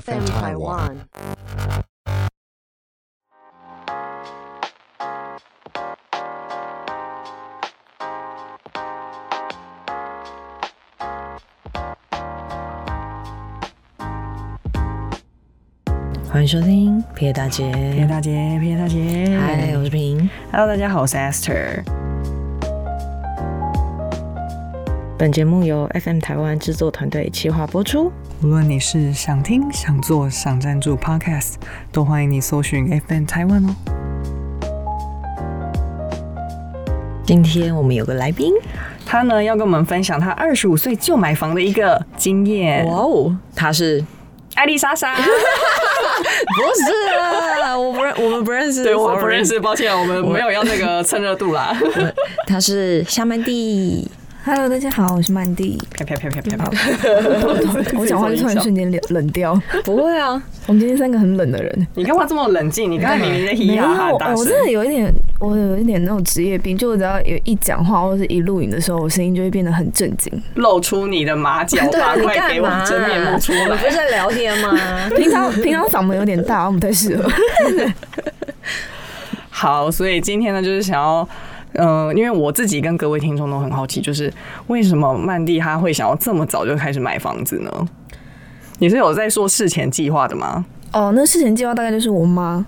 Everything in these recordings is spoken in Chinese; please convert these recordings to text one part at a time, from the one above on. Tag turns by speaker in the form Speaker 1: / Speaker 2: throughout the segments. Speaker 1: FM Taiwan.
Speaker 2: 欢迎收听《撇大姐
Speaker 3: 皮》大姐，皮大姐，
Speaker 2: 嗨，我是平。
Speaker 3: ，Hello，大家好，我是 Esther。
Speaker 2: 本节目由 FM 台湾制作团队企划播出。
Speaker 3: 无论你是想听、想做、想赞助 Podcast，都欢迎你搜寻 FN 台湾哦。
Speaker 2: 今天我们有个来宾，
Speaker 3: 他呢要跟我们分享他二十五岁就买房的一个经验。
Speaker 2: 哦，他是
Speaker 3: 艾丽莎莎，
Speaker 2: 不是 啊？我不认，我们不认识，
Speaker 3: 对 我
Speaker 2: sorry
Speaker 3: 不认。识，抱歉，我们没有要那 个蹭热度啦。
Speaker 2: 他是夏曼蒂，
Speaker 4: Hello，大家好，我是曼 蒂。
Speaker 3: 啪啪啪啪啪啪，
Speaker 4: 我讲话就突然瞬间冷冷掉。
Speaker 2: 不会啊，
Speaker 4: 我们今天三个很冷的人，
Speaker 3: 你干嘛这么冷静？你刚才明明在嘻
Speaker 4: 没
Speaker 3: 嘻
Speaker 4: 有，
Speaker 3: 哈哈
Speaker 4: 我
Speaker 3: 大
Speaker 4: 我
Speaker 3: 声。
Speaker 4: 真的有一点，我有一点那种职业病，就我只要有一讲话或者是一录影的时候，我声音就会变得很震惊。
Speaker 3: 露出你的马脚
Speaker 2: 对啊
Speaker 3: 吧，
Speaker 2: 你
Speaker 3: 快
Speaker 2: 干
Speaker 3: 给我
Speaker 2: 嘛
Speaker 3: 真面目出
Speaker 2: 我们不
Speaker 3: 来！
Speaker 2: 是在聊天吗？
Speaker 4: 平常平常嗓门有点大，我不太适合。
Speaker 3: 好，所以今天呢，就是想要，嗯、因为我自己跟各位听众都很好奇，就是为什么曼蒂她会想要这么早就开始买房子呢？你是有在做事前计划的吗？
Speaker 4: 哦，那事前计划大概就是我妈，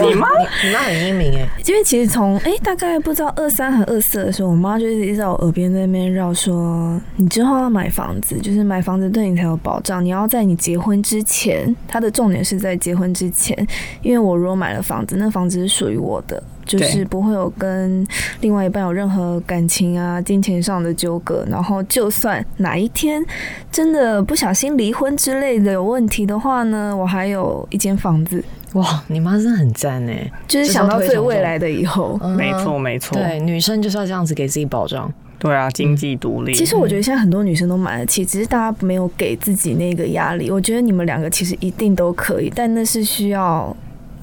Speaker 3: 你妈
Speaker 2: 你妈很英明哎，
Speaker 4: 因为其实从哎、大概不知道二三和二四的时候，我妈就一直在我耳边在那边绕说，你之后要买房子，就是买房子对你才有保障。你要在你结婚之前，她的重点是在结婚之前，因为我如果买了房子，那房子是属于我的，就
Speaker 3: 对
Speaker 4: 是不会有跟另外一半有任何感情啊、金钱上的纠葛。然后就算哪一天真的不小心离婚之类的有问题的话呢，我还有一间房子，
Speaker 2: 哇，你妈真的很赞哎，
Speaker 4: 就是想到最未来的以后。
Speaker 2: 嗯
Speaker 3: 没。错没错，
Speaker 2: 对，女生就是要这样子给自己保障。
Speaker 3: 对啊，经济独立。
Speaker 4: 其实
Speaker 2: 嗯
Speaker 4: 我觉得现在很多女生都买得起，只是大家没有给自己那个压力。我觉得你们两个其实一定都可以，但那是需要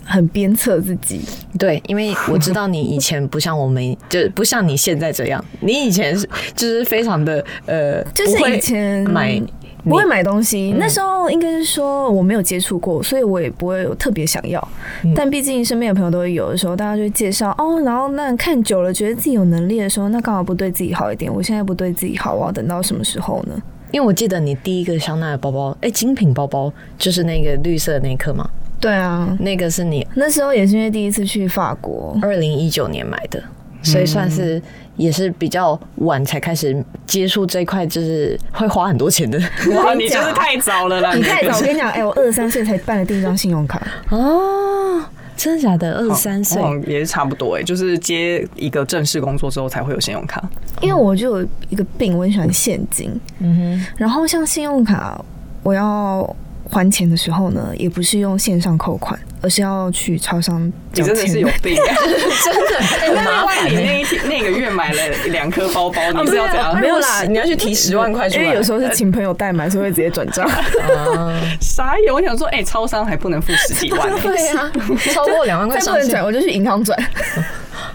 Speaker 4: 很鞭策自己。
Speaker 2: 对，因为我知道你以前不像我们，就是不像你现在这样。你以前是就是非常的呃，
Speaker 4: 就是
Speaker 2: 不会
Speaker 4: 以前
Speaker 2: 买嗯
Speaker 4: 不会买东西，那时候应该是说我没有接触过，所以我也不会有特别想要。
Speaker 2: 嗯
Speaker 4: 但毕竟身边的朋友都会有的时候，大家就会介绍哦，然后那看久了，觉得自己有能力的时候，那干嘛不对自己好一点？我现在不对自己好，我要等到什么时候呢？
Speaker 2: 因为我记得你第一个香奈儿包包，哎、精品包包就是那个绿色的那一颗嘛，
Speaker 4: 对啊，
Speaker 2: 那个是你
Speaker 4: 那时候也是因为第一次去法国，
Speaker 2: 二零一九年买的，所以算是也是比较晚才开始接触这一块，就是会花很多钱的
Speaker 3: 嗯哇，你就是太早了
Speaker 2: 啊
Speaker 3: 啦！
Speaker 4: 你太早，我
Speaker 3: 这个
Speaker 4: 跟你讲，哎、我二十三岁才办了第一张信用卡，
Speaker 2: 哦，真的假的？二十三岁
Speaker 3: 我，好像也是差不多哎、就是接一个正式工作之后才会有信用卡。
Speaker 4: 因为我就有一个病，我很喜欢现金。
Speaker 2: 嗯
Speaker 4: 然后像信用卡，我要还钱的时候呢，也不是用线上扣款，而是要去超商
Speaker 3: 你
Speaker 4: 交
Speaker 3: 真的是有
Speaker 4: 钱。
Speaker 3: 病，
Speaker 2: 真的很麻
Speaker 3: 万
Speaker 2: 烦
Speaker 3: 一你
Speaker 2: 欸
Speaker 3: 那一天那个月买了两颗包包，
Speaker 2: 哦
Speaker 3: 你是要怎样
Speaker 2: 没？有啦，你要去提十万块出
Speaker 4: 因
Speaker 2: 来，
Speaker 4: 为有时候是请朋友代买，所以会直接转 账。
Speaker 2: 啊
Speaker 3: 傻眼！我想说，哎、超商还不能付十几 万、欸，
Speaker 2: 对啊，超过两万块
Speaker 4: 再不
Speaker 2: 上
Speaker 4: 能
Speaker 2: 限
Speaker 4: 转，我就去银行转。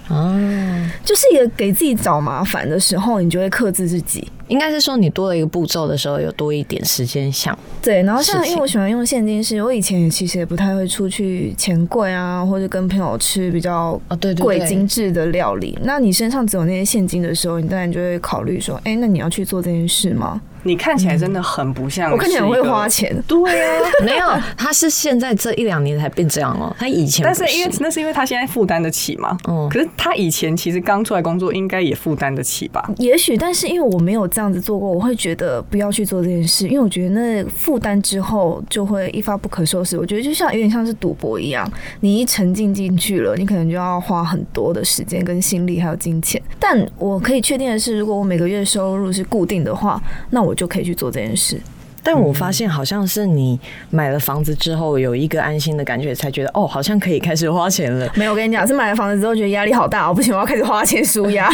Speaker 2: 啊，
Speaker 4: 就是一个给自己找麻烦的时候，你就会克制自己。
Speaker 2: 应该是说你多了一个步骤的时候，有多一点时间想。
Speaker 4: 对，然后像
Speaker 2: 事情
Speaker 4: 因为我喜欢用现金是，我以前也其实也不太会出去钱柜啊，或者跟朋友吃比较
Speaker 2: 哦对对对
Speaker 4: 贵精致的料理。那你身上只有那些现金的时候，你当然就会考虑说，哎、那你要去做这件事吗？
Speaker 3: 你看起来真的很不像，
Speaker 4: 嗯我看起来很会花。 钱，
Speaker 3: 对啊，
Speaker 2: 没有，他是现在这一两年才变这样哦，他以前
Speaker 3: 但
Speaker 2: 不
Speaker 3: 是因为那是因为他现在负担得起嘛。
Speaker 2: 嗯
Speaker 4: 哦
Speaker 3: 可是他以前其实刚出来工作，应该也负担得起吧？
Speaker 4: 也许，但是因为我没有这样子做过，我会觉得不要去做这件事，因为我觉得那负担之后就会一发不可收拾。我觉得就像有点像是赌博一样，你一沉浸进去了，你可能就要花很多的时间、跟心力还有金钱。但我可以确定的是，如果我每个月收入是固定的话，那我就可以去做这件事。
Speaker 2: 但我发现好像是你买了房子之后有一个安心的感觉，才觉得哦，好像可以开始花钱了。
Speaker 4: 没有，我跟你讲，是买了房子之后觉得压力好大，我不行，我要开始花钱舒压。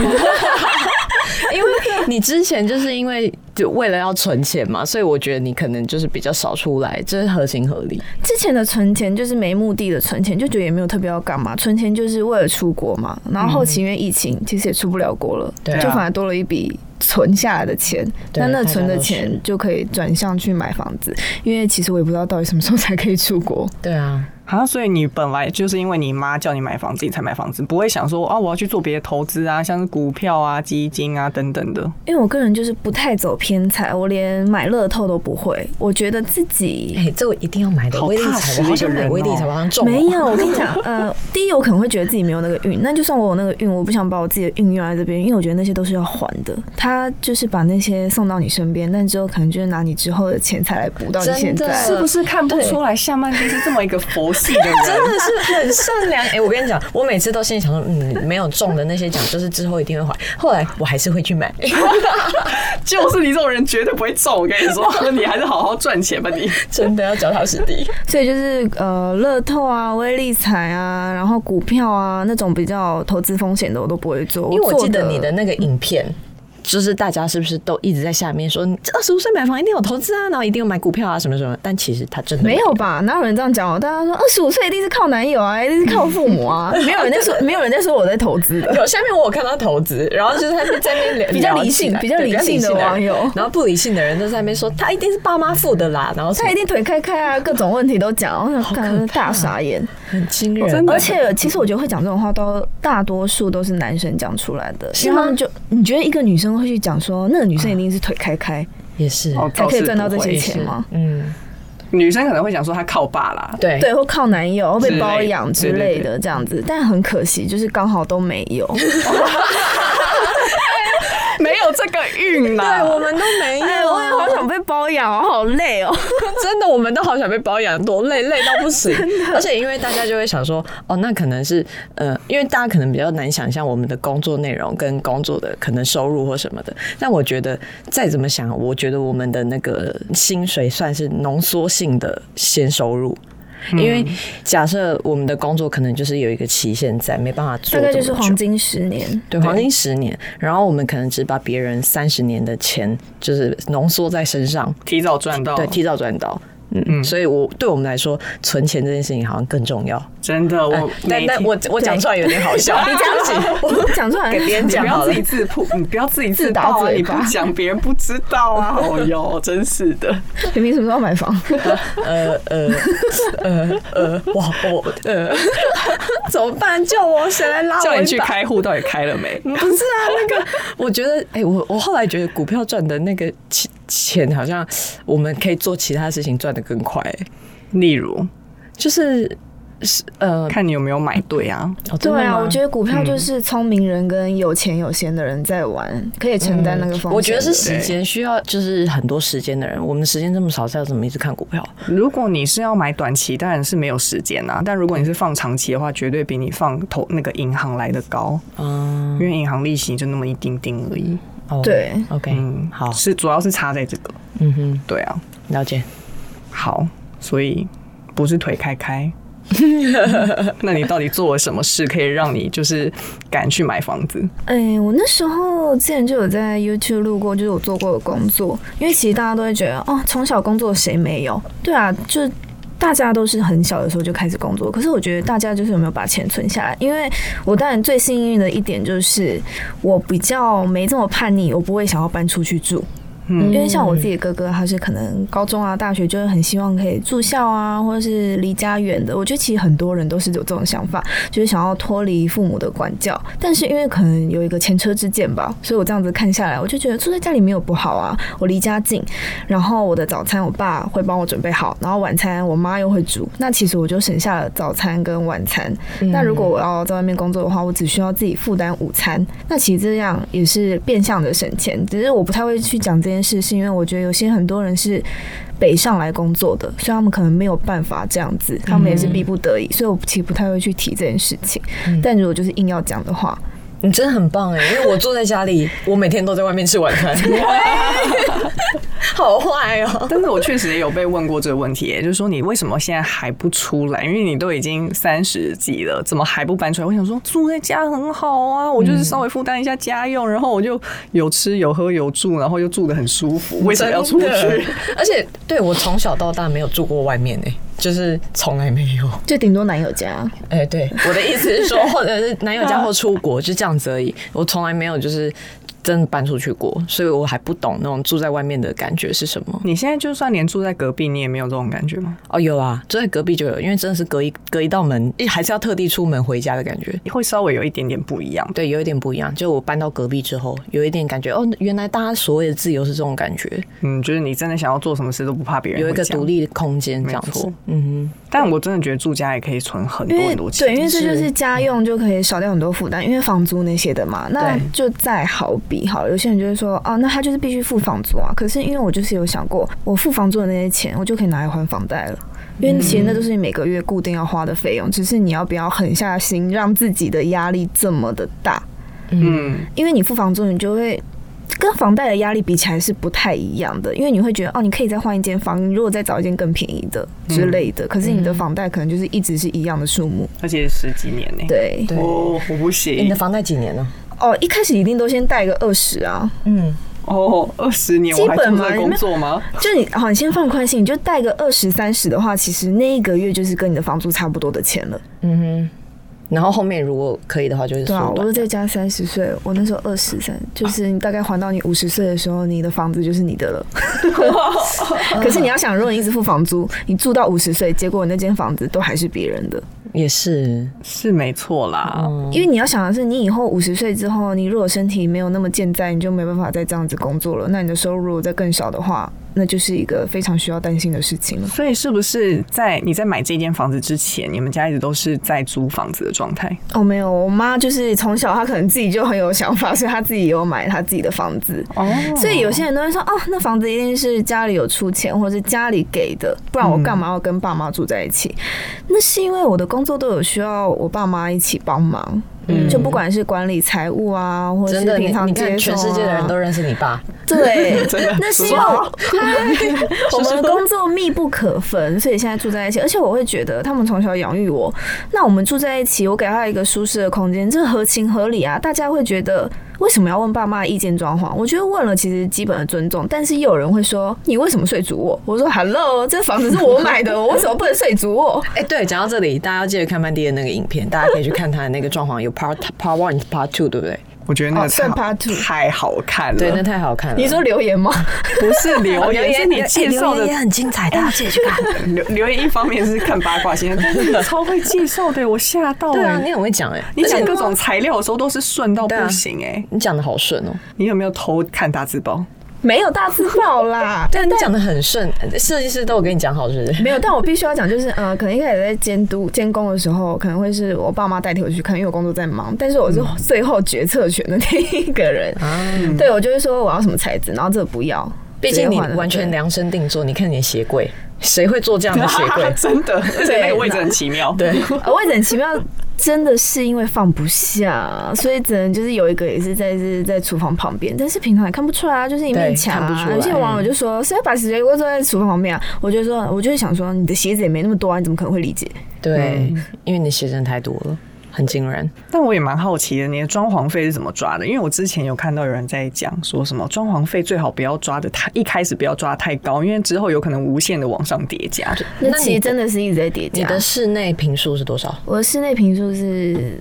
Speaker 2: 因为你之前就是因为就为了要存钱嘛，所以我觉得你可能就是比较少出来，这、是合情合理。
Speaker 4: 之前的存钱就是没目的的存钱，就觉得也没有特别要干嘛，存钱就是为了出国嘛。然后后期因为疫情，其实也出不了国了，
Speaker 2: 对啊
Speaker 4: 就反而多了一笔存下来的钱。
Speaker 2: 对
Speaker 4: 但那存
Speaker 2: 大家
Speaker 4: 的
Speaker 2: 都
Speaker 4: 钱就可以转向去买房子，因为其实我也不知道到底什么时候才可以出国。
Speaker 2: 对啊，
Speaker 3: 啊，所以你本来就是因为你妈叫你买房子，你才买房子，不会想说啊，我要去做别的投资啊，像是股票啊、基金啊等等的。
Speaker 4: 因为我个人就是不太走偏财，我连买乐透都不会。我觉得自己
Speaker 2: 哎、这我一定要买的，
Speaker 3: 好
Speaker 2: 威力
Speaker 3: 踏
Speaker 2: 彩，
Speaker 3: 实
Speaker 2: 我好
Speaker 3: 一
Speaker 2: 想
Speaker 3: 个
Speaker 2: 买
Speaker 3: 人
Speaker 2: 威力
Speaker 3: 哦
Speaker 2: 彩，我好像中了
Speaker 4: 没有，我跟你 讲，呃，第一，我可能会觉得自己没有那个运，那啊就算我有那个运，我不想把我自己的运用在这边，因为我觉得那些都是要还的。他就是把那些送到你身边，但之后可能就是拿你之后的钱财来补到你
Speaker 2: 真的
Speaker 4: 现在。
Speaker 2: 是不
Speaker 3: 是看不出来夏曼迪是这么一个佛系的人？
Speaker 2: 真的是很善良。哎、我跟你讲，我每次都心里想说，嗯，没有中的那些奖，就是之后一定会还。后来我还是会去买。
Speaker 3: 就是你这种人绝对不会中，我跟你 说，你还是好好赚钱吧你。
Speaker 2: 真的要脚踏实地。
Speaker 4: 所以就是呃，乐透啊、威力彩啊，然后股票啊那种比较投资风险的，我都不会做。
Speaker 2: 因为我
Speaker 4: 做嗯
Speaker 2: 记得你的那个影片。就是大家是不是都一直在下面说，你二十五岁买房一定有投资啊，然后一定有买股票啊什么什么？但其实他真的
Speaker 4: 没有吧？哪有人这样讲哦？大家说二十五岁一定是靠男友啊，一定是靠父母啊， 没有人在说，没有人在说我在投资的。
Speaker 2: 有。下面我有看到投资，然后就是他们在那边聊
Speaker 4: 比较
Speaker 2: 聊
Speaker 4: 理
Speaker 2: 起
Speaker 4: 性
Speaker 2: 来
Speaker 4: 比较
Speaker 2: 对
Speaker 4: 理
Speaker 2: 比较
Speaker 4: 性的
Speaker 2: 人
Speaker 4: 网友
Speaker 2: 然后不理性的人就在那边说他一定是爸妈付的啦，然后什么
Speaker 4: 他一定腿开开啊，各种问题都讲，我想看大傻眼。
Speaker 2: 很惊人，
Speaker 3: 真的
Speaker 4: 而且其实我觉得会讲这种话都大多数都是男生讲出来的，
Speaker 2: 是
Speaker 4: 因为他
Speaker 2: 吗
Speaker 4: 们就你觉得一个女生会去讲说那个女生一定是腿开开
Speaker 2: 也是，
Speaker 3: 哦
Speaker 4: 才可以赚到这些
Speaker 2: 也
Speaker 4: 钱
Speaker 2: 是
Speaker 4: 吗？
Speaker 2: 嗯，
Speaker 3: 女生可能会想说她靠爸啦，
Speaker 2: 对
Speaker 4: 对，或靠男友或
Speaker 3: 之
Speaker 4: 被
Speaker 3: 类
Speaker 4: 包养之
Speaker 3: 对
Speaker 4: 类
Speaker 3: 对
Speaker 4: 的这样子，但很可惜就是刚好都没有。
Speaker 3: 没有这个运啦。
Speaker 2: 对，我们都没有，
Speaker 4: 哎，我也好想被包养哦，好累 哦。
Speaker 2: 真的，我们都好想被包养，多累，累到不 行。而且因为大家就会想说，哦，那可能是呃，因为大家可能比较难想象我们的工作内容跟工作的可能收入或什么的。但我觉得再怎么想，我觉得我们的那个薪水算是浓缩性的先收入。
Speaker 4: 嗯
Speaker 2: 因为假设我们的工作可能就是有一个期限在，没办法做
Speaker 4: 大
Speaker 2: 这么
Speaker 4: 概
Speaker 2: 久，
Speaker 4: 就是黄金十年，
Speaker 2: 对，黄金十年，然后我们可能只把别人三十年的钱就是浓缩在身上，
Speaker 3: 提早赚到，
Speaker 2: 对，提早赚到。嗯，所以我对我们来说，存钱这件事情好像更重要。
Speaker 3: 真的我
Speaker 2: 哎但
Speaker 3: 哦每
Speaker 2: 但
Speaker 3: 天
Speaker 2: 我我讲出来有点啊好笑，你
Speaker 4: 我
Speaker 2: 讲
Speaker 4: 讲出来
Speaker 2: 给别人
Speaker 3: 你
Speaker 2: 讲
Speaker 3: 不
Speaker 2: 好
Speaker 3: 要
Speaker 2: 了
Speaker 3: 自己。自 曝，你不要自己
Speaker 4: 自打
Speaker 3: 爆啊！
Speaker 4: 嘴
Speaker 3: 你不
Speaker 4: 巴
Speaker 3: 讲，别人不知道 啊！哦哟，真是的，
Speaker 4: 你们什么时候买房？
Speaker 2: 呃呃呃呃，哇我呃， 怎么办？救我！谁来拉我一把？
Speaker 3: 叫你去开户，到底开了没？
Speaker 2: 不是啊，那个我觉得，哎、我我后来觉得股票赚的那个钱钱，好像我们可以做其他事情赚的更快、哎
Speaker 3: 例如，
Speaker 2: 就是是呃，
Speaker 3: 看你有没有买对啊。
Speaker 2: 哦真的
Speaker 4: 对啊，
Speaker 2: 吗
Speaker 4: 我觉得股票就是聪明人跟有钱有闲的人在玩，可以承担那个风险的。
Speaker 2: 我觉得是时间需要，就是很多时间的人，我们时间这么少，是要怎么一直看股票？
Speaker 3: 如果你是要买短期，当然是没有时间啊。但如果你是放长期的话，绝对比你放投那个银行来的高，
Speaker 2: 嗯，
Speaker 3: 因为银行利息就那么一丁丁而已。
Speaker 2: 哦
Speaker 4: 对
Speaker 2: ，OK，
Speaker 3: 嗯，
Speaker 2: 好，
Speaker 3: 是主要是差在这个。
Speaker 2: 嗯哼，
Speaker 3: 对啊，
Speaker 2: 了解。
Speaker 3: 好，所以不是腿开 开。那你到底做了什么事可以让你就是敢去买房子？
Speaker 4: 哎，我那时候之前就有在 YouTube 录过，就是我做过的工作，因为其实大家都会觉得，哦，从小工作谁没有？对啊，就。大家都是很小的时候就开始工作，可是我觉得大家就是有没有把钱存下来？因为我当然最幸运的一点就是我比较没这么叛逆，我不会想要搬出去住。
Speaker 3: 嗯
Speaker 4: 因为像我自己的哥哥，他是可能高中啊、大学就会很希望可以住校啊，或者是离家远的。我觉得其实很多人都是有这种想法，就是想要脱离父母的管教。但是因为可能有一个前车之鉴吧，所以我这样子看下来，我就觉得住在家里没有不好啊。我离家近，然后我的早餐我爸会帮我准备好，然后晚餐我妈又会煮。那其实我就省下了早餐跟晚餐。那如果我要在外面工作的话，我只需要自己负担午餐。那其实这样也是变相的省钱，只是我不太会去讲这件事，是因为我觉得有些很多人是北上来工作的，所以他们可能没有办法这样子，他们也是逼不得已，所以我其实不太会去提这件事情。但如果就是硬要讲的话，
Speaker 2: 你真的很棒哎、因为我坐在家里， 我每天都在外面吃晚餐， 好坏哦、
Speaker 3: 但是我确实也有被问过这个问题耶，就是说你为什么现在还不出来？因为你都已经三十几了，怎么还不搬出来？我想说住在家很好啊，我就是稍微负担一下家
Speaker 2: 嗯
Speaker 3: 用，然后我就有吃有喝有住，然后又住得很舒服，为什么要出
Speaker 2: 真的
Speaker 3: 去？？
Speaker 2: 而且对我从小到大没有住过外面哎、就是从来没有。
Speaker 4: 就顶多男友家。
Speaker 2: 哎、对，我的意思是 说，或者是男友家或出国，就这样子而已。我从来没有就是真的搬出去过，所以我还不懂那种住在外面的感觉是什么。
Speaker 3: 你现在就算连住在隔壁，你也没有这种感觉吗？
Speaker 2: 哦，有啊，住在隔壁就有，因为真的是隔一隔一道门，还是要特地出门回家的感觉。
Speaker 3: 会稍微有一点点不一样。
Speaker 2: 对，有一点不一样。就我搬到隔壁之后，有一点感觉哦，原来大家所谓的自由是这种感觉，
Speaker 3: 嗯，就是你真的想要做什么事都不怕别人
Speaker 2: 有一
Speaker 3: 会
Speaker 2: 个
Speaker 3: 讲
Speaker 2: 独。立的空间这样
Speaker 3: 没
Speaker 2: 子
Speaker 3: 错。
Speaker 2: 嗯
Speaker 3: 但我真的觉得住家也可以存很
Speaker 4: 因
Speaker 3: 多
Speaker 4: 为
Speaker 3: 很多钱。
Speaker 4: 对，因为这就是家用就可以少掉很多负担，因为房租那些的嘛。那
Speaker 2: 对
Speaker 4: 就再好比好了，有些人就会说，啊，那他就是必须付房租啊。可是因为我就是有想过，我付房租的那些钱，我就可以拿来还房贷了。因为其实那都是你每个月固定要花的费用，只是你要不要狠下心，让自己的压力这么的大。
Speaker 3: 嗯，
Speaker 4: 因为你付房租，你就会跟房贷的压力比起来是不太一样的，因为你会觉得哦，你可以再换一间房，你如果再找一间更便宜的之类的，可是你的房贷可能就是一直是一样的数目。
Speaker 3: 而且十几年呢、
Speaker 4: 对，
Speaker 2: 对
Speaker 3: 哦，我不
Speaker 2: 你
Speaker 3: 行
Speaker 2: 的房贷几年呢？
Speaker 4: 哦，一开始一定都先贷个二十啊，
Speaker 2: 嗯，
Speaker 3: 哦，二十年我还
Speaker 4: 基
Speaker 3: 做
Speaker 4: 本嘛
Speaker 3: 这个工作吗？
Speaker 4: 就你好，你先放宽心，你就贷个二十三十的话，其实那一个月就是跟你的房租差不多的钱了。
Speaker 2: 嗯然后后面如果可以的话，就是
Speaker 4: 对啊，
Speaker 2: 缩
Speaker 4: 我说
Speaker 2: 短。
Speaker 4: 再加三十岁，我那时候二十三，就是你大概还到你五十岁的时候，你的房子就是你的了。 可是你要想，如果你一直付房租，你住到五十岁，结果你那间房子都还是别人的，
Speaker 2: 也是，嗯
Speaker 3: 是没错啦。
Speaker 4: 因为你要想的是，你以后五十岁之后，你如果身体没有那么健在，你就没办法再这样子工作了。那你的收入如果再更少的话，那就是一个非常需要担心的事情了。
Speaker 3: 所以是不是在你在买这间房子之前，你们家一直都是在租房子的状态？
Speaker 4: 哦，没有，我妈就是从小她可能自己就很有想法，所以她自己也有买她自己的房子。
Speaker 3: 哦，
Speaker 4: 所以有些人都会说，哦，那房子一定是家里有出钱，或者是家里给的，不然我干嘛要跟爸妈住在一起？那是因为我的工作都有需要我爸妈一起帮忙，就不管是管理财务啊，或
Speaker 2: 嗯
Speaker 4: 者
Speaker 2: 真
Speaker 4: 是
Speaker 2: 的，你
Speaker 4: 平常
Speaker 2: 你
Speaker 4: 接啊
Speaker 2: 看，全世界的人都认识你爸，
Speaker 4: 对，
Speaker 3: 真的
Speaker 4: 那是因为我 我们的工作密不可分，所以现在住在一起。而且我会觉得他们从小养育我，那我们住在一起，我给他一个舒适的空间，这合情合理啊。大家会觉得为什么要问爸妈意见装潢？我觉得问了其实基本的尊重，但是又有人会说你为什么睡主卧？我说 Hello，这房子是我买的，我为什么不能睡主卧？
Speaker 2: 哎、对，讲到这里，大家要记得看曼蒂的那个影片，大家可以去看他的那个状况，有 part part one、part two，对不对？
Speaker 3: 我觉得那个
Speaker 4: 哦算
Speaker 3: 太好
Speaker 4: part two
Speaker 3: 太好看了，
Speaker 2: 对，那太好看了。
Speaker 4: 你说留言吗？
Speaker 3: 不是留
Speaker 2: 留
Speaker 3: 言，
Speaker 2: 言哎
Speaker 3: 是你介绍
Speaker 2: 留言
Speaker 3: 的
Speaker 2: 也很精彩，大啊家记得去看。
Speaker 3: 留留言。一方面是看八卦新闻，但是你超会介绍的，我吓到
Speaker 2: 对啊，
Speaker 3: 了。
Speaker 2: 你很会讲哎、
Speaker 3: 你
Speaker 2: 而
Speaker 3: 讲
Speaker 2: 且
Speaker 3: 各种材料的时候都是顺到
Speaker 2: 对啊
Speaker 3: 不行哎，
Speaker 2: 你讲的好顺哦、
Speaker 3: 你有没有偷看大字报？
Speaker 4: 没有大字报啦，
Speaker 2: 但你讲的很顺，设计师都有跟你讲好， 是不是？
Speaker 4: 没有，但我必须要讲，就是呃，可能一开始在监督监工的时候，可能会是我爸妈代替我去看，因为我工作在忙，但是我是最后决策权的那一个人。 对，我就会说我要什么材质，然后这个不要。
Speaker 2: 毕竟你
Speaker 4: 直接换了
Speaker 2: 完全
Speaker 4: 对
Speaker 2: 量身定做，你看你的鞋柜，谁会做这 样的鞋柜？
Speaker 3: 真的，而且那个位置很奇妙。
Speaker 2: 对，
Speaker 4: 呃， 我也很奇妙，真的是因为放不下，所以只能就是有一个也是在是在厨房旁边，但是平常也看不出来啊，就是一面
Speaker 2: 对
Speaker 4: 墙
Speaker 2: 看不
Speaker 4: 啊
Speaker 2: 出。来
Speaker 4: 有些网友就说谁要把鞋柜坐在厨房旁边啊？我就说，我就是想说，你的鞋子也没那么多啊，你怎么可能会理解？
Speaker 2: 对，因为你的鞋真的太多了，很惊人。
Speaker 3: 但我也蛮好奇的，你的装潢费是怎么抓的？因为我之前有看到有人在讲说什么装潢费最好不要抓的太，一开始不要抓太高，因为之后有可能无限的往上叠加。
Speaker 4: 那
Speaker 2: 那你
Speaker 4: 其
Speaker 2: 的
Speaker 4: 实真的是一直在叠加。
Speaker 2: 你的室内平数是多少？
Speaker 4: 我的室内平数是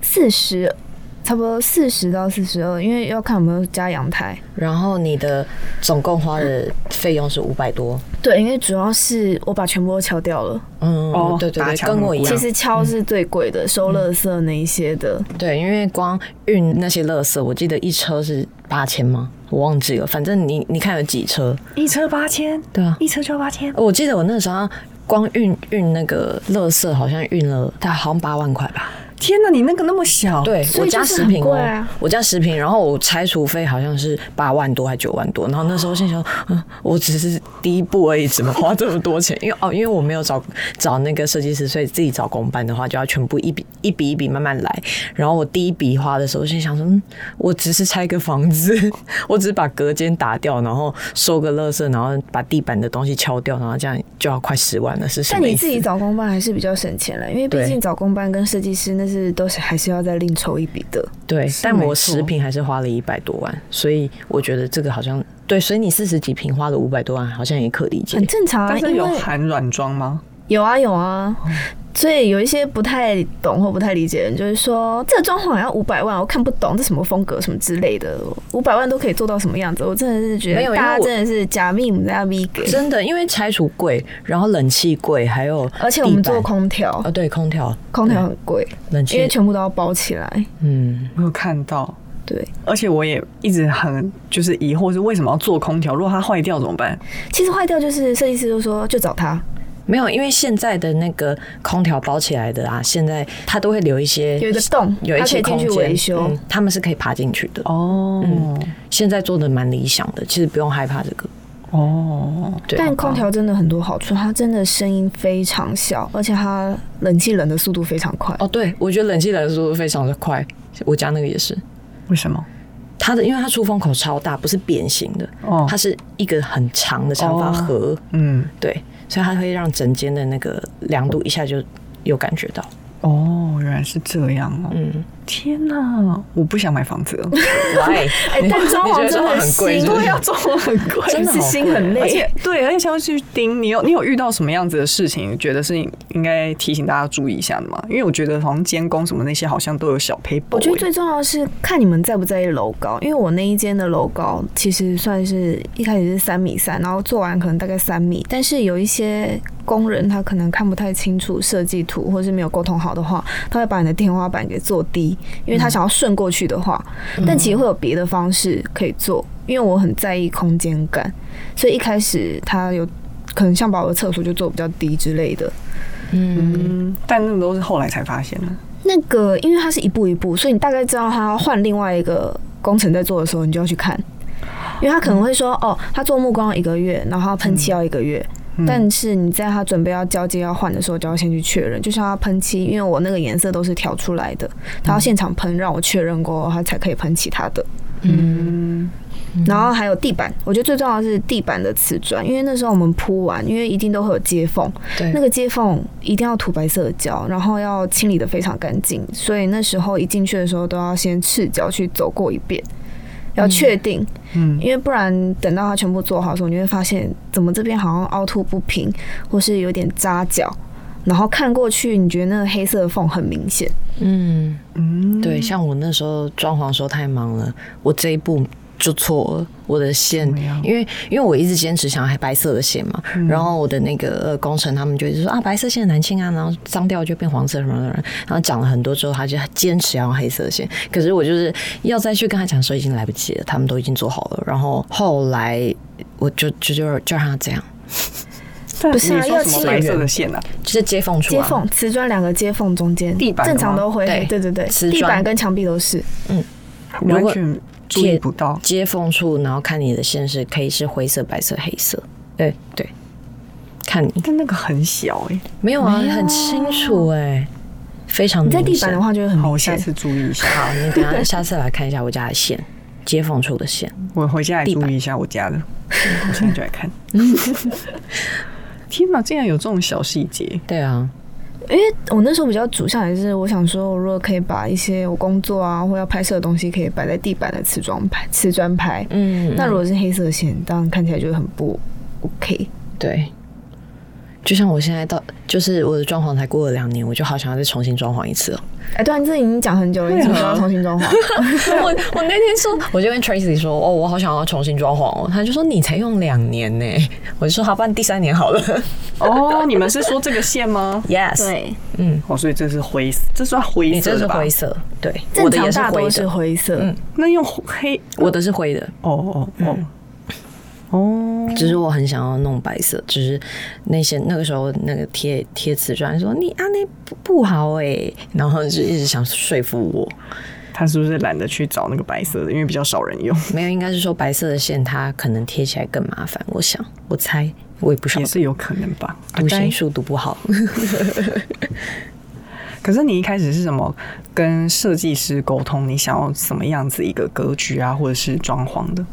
Speaker 4: 四十，差不多四十到四十二，因为要看有没有加阳台。
Speaker 2: 然后你的总共花的费用是五百多。
Speaker 4: 对，因为主要是我把全部都敲掉了。
Speaker 2: 嗯，
Speaker 3: 哦
Speaker 2: 对对
Speaker 3: 打
Speaker 2: 对，
Speaker 3: 墙
Speaker 2: 跟我一
Speaker 3: 那
Speaker 2: 样
Speaker 4: 其。实敲是最贵
Speaker 3: 嗯
Speaker 4: 的，收垃圾那一些的。
Speaker 2: 对，因为光运那些垃圾，我记得一车是八千吗？我忘记了，反正你你看有几车？
Speaker 3: 一车八千，
Speaker 2: 对啊
Speaker 3: 一车就要八千。
Speaker 2: 我记得我那时候光运运那个垃圾，好像运了大概好像八万块吧。
Speaker 3: 天哪，你那个那么小，，
Speaker 2: 对哦
Speaker 4: 所
Speaker 2: 我
Speaker 4: 以就
Speaker 2: 家
Speaker 4: 是
Speaker 2: 十
Speaker 4: 很
Speaker 2: 平哦
Speaker 4: 贵啊，
Speaker 2: 我家十平，然后我拆除费好像是八万多还九万多，然后那时候心
Speaker 4: 哦
Speaker 2: 想，嗯，我只是第一步而已，怎么花这么多钱？因为哦，因为我没有找找那个设计师，所以自己找公办的话就要全部一笔一笔一笔慢慢来。然后我第一笔花的时候，心想说，嗯，我只是拆个房子， 我只是把隔间打掉，然后收个垃圾，然后把地板的东西敲掉，然后这样就要快十万了，是什
Speaker 4: 但
Speaker 2: 么
Speaker 4: 你
Speaker 2: 意思
Speaker 4: 自？己找工班还是比较省钱了，因为毕
Speaker 2: 对
Speaker 4: 竟找工班跟设计师那是都是还是要再另筹一笔的。
Speaker 2: 对，
Speaker 3: 是
Speaker 2: 但
Speaker 3: 没
Speaker 2: 我
Speaker 3: 错
Speaker 2: 十瓶还是花了一百多万，所以我觉得这个好像对，所以你四十几瓶花了五百多万，好像也可理解
Speaker 4: 很。正常啊，
Speaker 3: 但是
Speaker 4: 因
Speaker 3: 有
Speaker 4: 为
Speaker 3: 含软装吗？
Speaker 4: 有啊有啊，所以有一些不太懂或不太理解的人，就是说这个装潢好像五百万，我看不懂这什么风格什么之类的，五百万都可以做到什么样子？我真的是觉
Speaker 2: 没有
Speaker 4: 得
Speaker 2: 因为
Speaker 4: 大家
Speaker 2: 我
Speaker 4: 真的是假命不加 V 给，
Speaker 2: 真的，因为拆除柜，然后冷气柜，还有
Speaker 4: 而且我们
Speaker 2: 地板
Speaker 4: 做空调
Speaker 2: 啊、，对，空调、
Speaker 4: 空调很贵，
Speaker 2: 冷
Speaker 4: 因为
Speaker 2: 气，
Speaker 4: 全部都要包起来。
Speaker 2: 嗯，
Speaker 3: 我有看到，
Speaker 4: 对，
Speaker 3: 而且我也一直很就是疑惑，是为什么要做空调？如果它坏掉怎么办？
Speaker 4: 其实坏掉就是设计师就说就找他，
Speaker 2: 没有，因为现在的那个空调包起来的啊，现在它都会留一些
Speaker 4: 有一个洞
Speaker 2: 有一
Speaker 4: 它可
Speaker 2: 些
Speaker 4: 以进
Speaker 2: 空
Speaker 4: 去
Speaker 2: 间，
Speaker 4: 维修
Speaker 2: 嗯，他们是可以爬进去的。
Speaker 3: 哦、
Speaker 2: 现在做的蛮理想的，其实不用害怕这个。
Speaker 3: 哦，
Speaker 2: 对，啊
Speaker 4: 但空调真的很多好处，它真的声音非常小，而且它冷气冷的速度非常快。
Speaker 2: 哦，对，我觉得冷气冷的速度非常的快，我家那个也是。
Speaker 3: 为什么？
Speaker 2: 它的因为它出风口超大，不是扁形的，
Speaker 3: 哦
Speaker 2: 它是一个很长的长发
Speaker 3: 哦
Speaker 2: 盒，
Speaker 3: 嗯，
Speaker 2: 对，所以它会让整间的那个凉度一下就有感觉到。
Speaker 3: 哦，原来是这样哦。
Speaker 2: 嗯
Speaker 3: 天哪，我不想买房 子 了，
Speaker 2: ，Why？
Speaker 4: 哎，但装潢真的
Speaker 2: 很贵，是
Speaker 4: 新
Speaker 2: 不是
Speaker 4: 要
Speaker 3: 装潢很贵
Speaker 2: 真的
Speaker 4: 是
Speaker 2: 好
Speaker 4: 心
Speaker 2: 贵
Speaker 4: 很
Speaker 3: 而
Speaker 4: 累
Speaker 3: 且。对，而且想要去盯你有你有遇到什么样子的事情，觉得是应该提醒大家注意一下的吗？因为我觉得好像监工什么那些好像都有小 paper。
Speaker 4: 我觉得最重要的是看你们在不在意楼高，因为我那一间的楼高其实算是一开始是三米三，然后做完可能大概三米，但是有一些工人他可能看不太清楚设计图，或是没有沟通好的话，他会把你的天花板给做低，因为他想要顺过去的话，
Speaker 2: 嗯
Speaker 4: 但其实会有别的方式可以做，因为我很在意空间感，所以一开始他有。可能像把我的厕所就做比较低之类的，
Speaker 3: 嗯，但那个都是后来才发现的。
Speaker 4: 那个，因为它是一步一步，所以你大概知道他要换另外一个工程在做的时候，你就要去看，因为他可能会说，哦，他做木工要一个月，然后他喷漆要一个月，
Speaker 3: 嗯
Speaker 4: 但是你在他准备要交接要换的时候，就要先去确认，就像他喷漆，因为我那个颜色都是调出来的，他要现场喷，让我确认过后，他才可以喷其他的。
Speaker 3: 嗯，
Speaker 4: 然后还有地板，我觉得最重要的是地板的瓷砖，因为那时候我们铺完，因为一定都会有接缝，
Speaker 2: 对
Speaker 4: 那个接缝一定要涂白色的胶，然后要清理的非常干净，所以那时候一进去的时候都要先赤脚去走过一遍。要确定，
Speaker 3: 嗯
Speaker 4: 因为不然等到它全部做好的时候，你会发现怎么这边好像凹凸不平，或是有点扎脚，然后看过去你觉得那个黑色的缝很明显，
Speaker 2: 嗯，
Speaker 3: 嗯，
Speaker 2: 对，像我那时候装潢的时候太忙了，我这一步就错了，我的线
Speaker 3: 怎么样，嗯
Speaker 2: 因为因为我一直坚持想要白色的线嘛，然后我的那个呃工程他们就一直说啊白色线很难清啊，然后脏掉就变黄色什么什么，然后讲了很多之后，他就坚持要用黑色线，可是我就是要再去跟他讲的时候已经来不及了，他们都已经做好了，然后后来我就就就就让他这样，
Speaker 3: 但
Speaker 4: 不是啊
Speaker 3: 你说
Speaker 4: 要
Speaker 3: 什么
Speaker 4: 清
Speaker 3: 白
Speaker 4: 理
Speaker 3: 色的线啊？
Speaker 2: 就是接缝处、
Speaker 4: 接
Speaker 2: 啊，
Speaker 4: 缝瓷砖两个接缝中间，
Speaker 3: 地板的
Speaker 4: 正常
Speaker 3: 吗
Speaker 4: 都会，
Speaker 2: 对
Speaker 4: 对对对，
Speaker 2: 瓷
Speaker 4: 地板
Speaker 2: 砖
Speaker 4: 跟墙壁都是。
Speaker 2: 如
Speaker 3: 完
Speaker 2: 果
Speaker 3: 全注意不到。
Speaker 2: 接缝处，然后看你的线是可以是灰色、白色、黑色。对对，看你
Speaker 3: 但那个很小哎、
Speaker 2: 没有啊，很清楚哎、非常
Speaker 4: 你
Speaker 2: 明
Speaker 4: 在
Speaker 2: 显。
Speaker 4: 地板的话就会很
Speaker 3: 好，我
Speaker 4: 明
Speaker 3: 下
Speaker 4: 显。
Speaker 3: 次注意一下，
Speaker 2: 好，你等一下下次来看一下我家的线，接缝处的线。
Speaker 3: 我回家来注意一下我家 的，我现在就来看。天哪，竟然有这种小细节！
Speaker 2: 对啊，
Speaker 4: 因为我那时候比较主向也是，我想说，我如果可以把一些我工作啊或要拍摄的东西，可以摆在地板的瓷砖牌、瓷砖牌。
Speaker 2: 嗯，
Speaker 4: 那如果是黑色线，当然看起来就很不 OK。
Speaker 2: 对。就像我现在到，就是我的装潢才过了两年，我就好想要再重新装潢一次哦。
Speaker 4: 哎，对啊，你这已经讲很久了，你
Speaker 3: 为
Speaker 4: 什
Speaker 3: 何
Speaker 4: 么时候要重新装潢？
Speaker 2: 我我那天说， 我就跟 Tracy 说，哦，我好想要重新装潢哦。他就说你才用两年呢，我就说好，不然第三年好了。
Speaker 3: 哦，你们是说这个线吗？
Speaker 2: yes，，
Speaker 3: 哦，所以这是灰，这算
Speaker 2: 你这
Speaker 3: 灰色
Speaker 2: 是
Speaker 3: 的吧？
Speaker 2: 灰色，对，我
Speaker 4: 正
Speaker 2: 的也
Speaker 4: 常
Speaker 2: 是
Speaker 4: 大
Speaker 2: 灰
Speaker 4: 都是
Speaker 2: 的，
Speaker 4: 灰色。
Speaker 2: 嗯
Speaker 3: 那用灰，
Speaker 2: 我的是灰的，
Speaker 3: 哦哦哦，哦，
Speaker 2: 只是我很想要弄白色，只是那些那个时候那个贴贴瓷砖说你啊那不不好哎、然后就一直想说服我，
Speaker 3: 他是不是懒得去找那个白色的？因为比较少人用，
Speaker 2: 没有，应该是说白色的线它可能贴起来更麻烦，我想我猜嗯我也不晓
Speaker 3: 也
Speaker 2: 得，
Speaker 3: 是有可能吧。
Speaker 2: 读心术读不好，
Speaker 3: 可是你一开始是什么跟设计师沟通？你想要什么样子一个格局啊，或者是装潢的？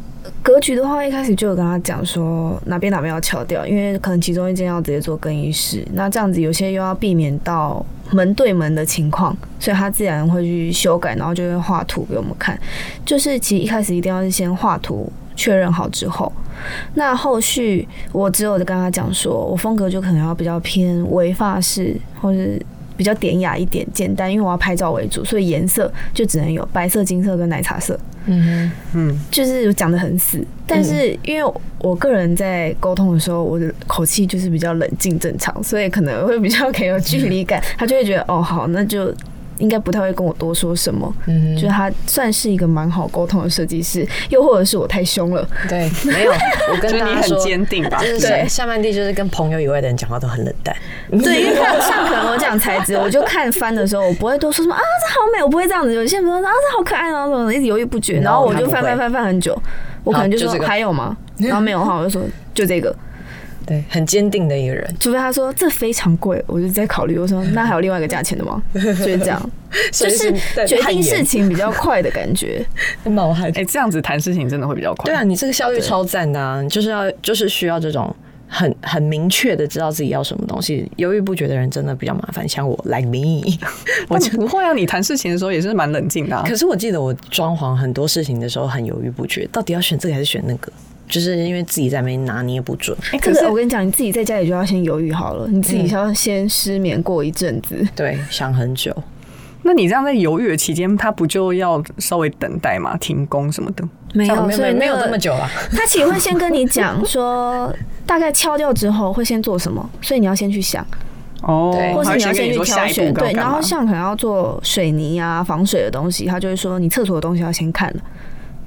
Speaker 4: 格局的话，一开始就有跟他讲说哪边哪边要敲掉，因为可能其中一间要直接做更衣室，那这样子有些又要避免到门对门的情况，所以他自然会去修改，然后就会画图给我们看。就是其实一开始一定要是先画图确认好之后，那后续我只有跟他讲说，我风格就可能要比较偏微发式，或是。比较典雅一点，简单，因为我要拍照为主，所以颜色就只能有白色、金色跟奶茶色。
Speaker 2: 嗯
Speaker 3: 嗯，
Speaker 4: 就是讲的很死，但是因为我个人在沟通的时候，我的口气就是比较冷静正常，所以可能会比较很有距离感，
Speaker 2: 嗯
Speaker 4: 他就会觉得哦好，那就应该不太会跟我多说什么。
Speaker 2: 嗯
Speaker 4: 就是他算是一个蛮好沟通的设计师，又或者是我太凶 了，
Speaker 2: 对，没有，我
Speaker 3: 就
Speaker 2: 跟
Speaker 3: 是你
Speaker 2: 大家
Speaker 3: 很
Speaker 2: 说。
Speaker 3: 坚定吧？
Speaker 2: 就是
Speaker 4: 对
Speaker 2: 下下半地，就是跟朋友以外的人讲话都很冷淡。
Speaker 4: 对，因为像可能我讲材质，我就看翻的时候，我不会多说什么啊，这好美，我不会这样子。有些人说啊，这好可爱啊，什么的一直犹豫不决，
Speaker 2: 然
Speaker 4: 然
Speaker 2: 后
Speaker 4: 后我就
Speaker 2: 哦他
Speaker 4: 翻
Speaker 2: 不会
Speaker 4: 翻翻翻很久，我可
Speaker 2: 啊
Speaker 4: 能就
Speaker 2: 就
Speaker 4: 说
Speaker 2: 这个
Speaker 4: 还有 吗？然后没有的话，我就说就这个。
Speaker 2: 对，很坚定的一个人，
Speaker 4: 除非他说这非常贵，我就在考虑。我说那还有另外一个价钱的吗？就是这样，就是决定事情比较快的感 觉。
Speaker 2: 冒汗
Speaker 3: 哎、这样子谈事情真的会比较快。
Speaker 2: 对
Speaker 4: 嗯
Speaker 2: 啊，你这个效率超赞的、啊，你就是要就是需要这种很很明确的知道自己要什么东西，犹豫不决的人真的比较麻烦。像我，like me，
Speaker 3: 我不会啊，你谈事情的时候也是蛮冷静的、啊。
Speaker 2: 可是我记得我装潢很多事情的时候很犹豫不决，到底要选这个还是选那个，就是因为自己在那边拿捏不准。
Speaker 3: 哎
Speaker 4: 这
Speaker 3: 可是
Speaker 4: 个我跟你讲，你自己在家里就要先犹豫好了，你自己要先失眠过一阵子。
Speaker 2: 对，想很久。
Speaker 3: 那你这样在犹豫的期间，他不就要稍微等待嘛，停工什么的？
Speaker 4: 没
Speaker 2: 像我哦没
Speaker 4: 所
Speaker 2: 没
Speaker 4: 以那
Speaker 2: 没有
Speaker 4: 个
Speaker 2: 这么久啊啦。
Speaker 4: 他其实会先跟你讲说，大概敲掉之后会先做什么，所以你要先去想，
Speaker 3: 哦
Speaker 2: 对
Speaker 4: 或
Speaker 3: 他
Speaker 4: 是
Speaker 3: 会
Speaker 4: 你要
Speaker 3: 跟
Speaker 4: 先
Speaker 3: 你
Speaker 4: 去
Speaker 3: 说
Speaker 4: 挑
Speaker 3: 下一步
Speaker 4: 选。
Speaker 3: 要
Speaker 4: 对，
Speaker 3: 干
Speaker 4: 然后
Speaker 3: 嘛？
Speaker 4: 像可能要做水泥啊、防水的东西，他就会说你厕所的东西要先看了。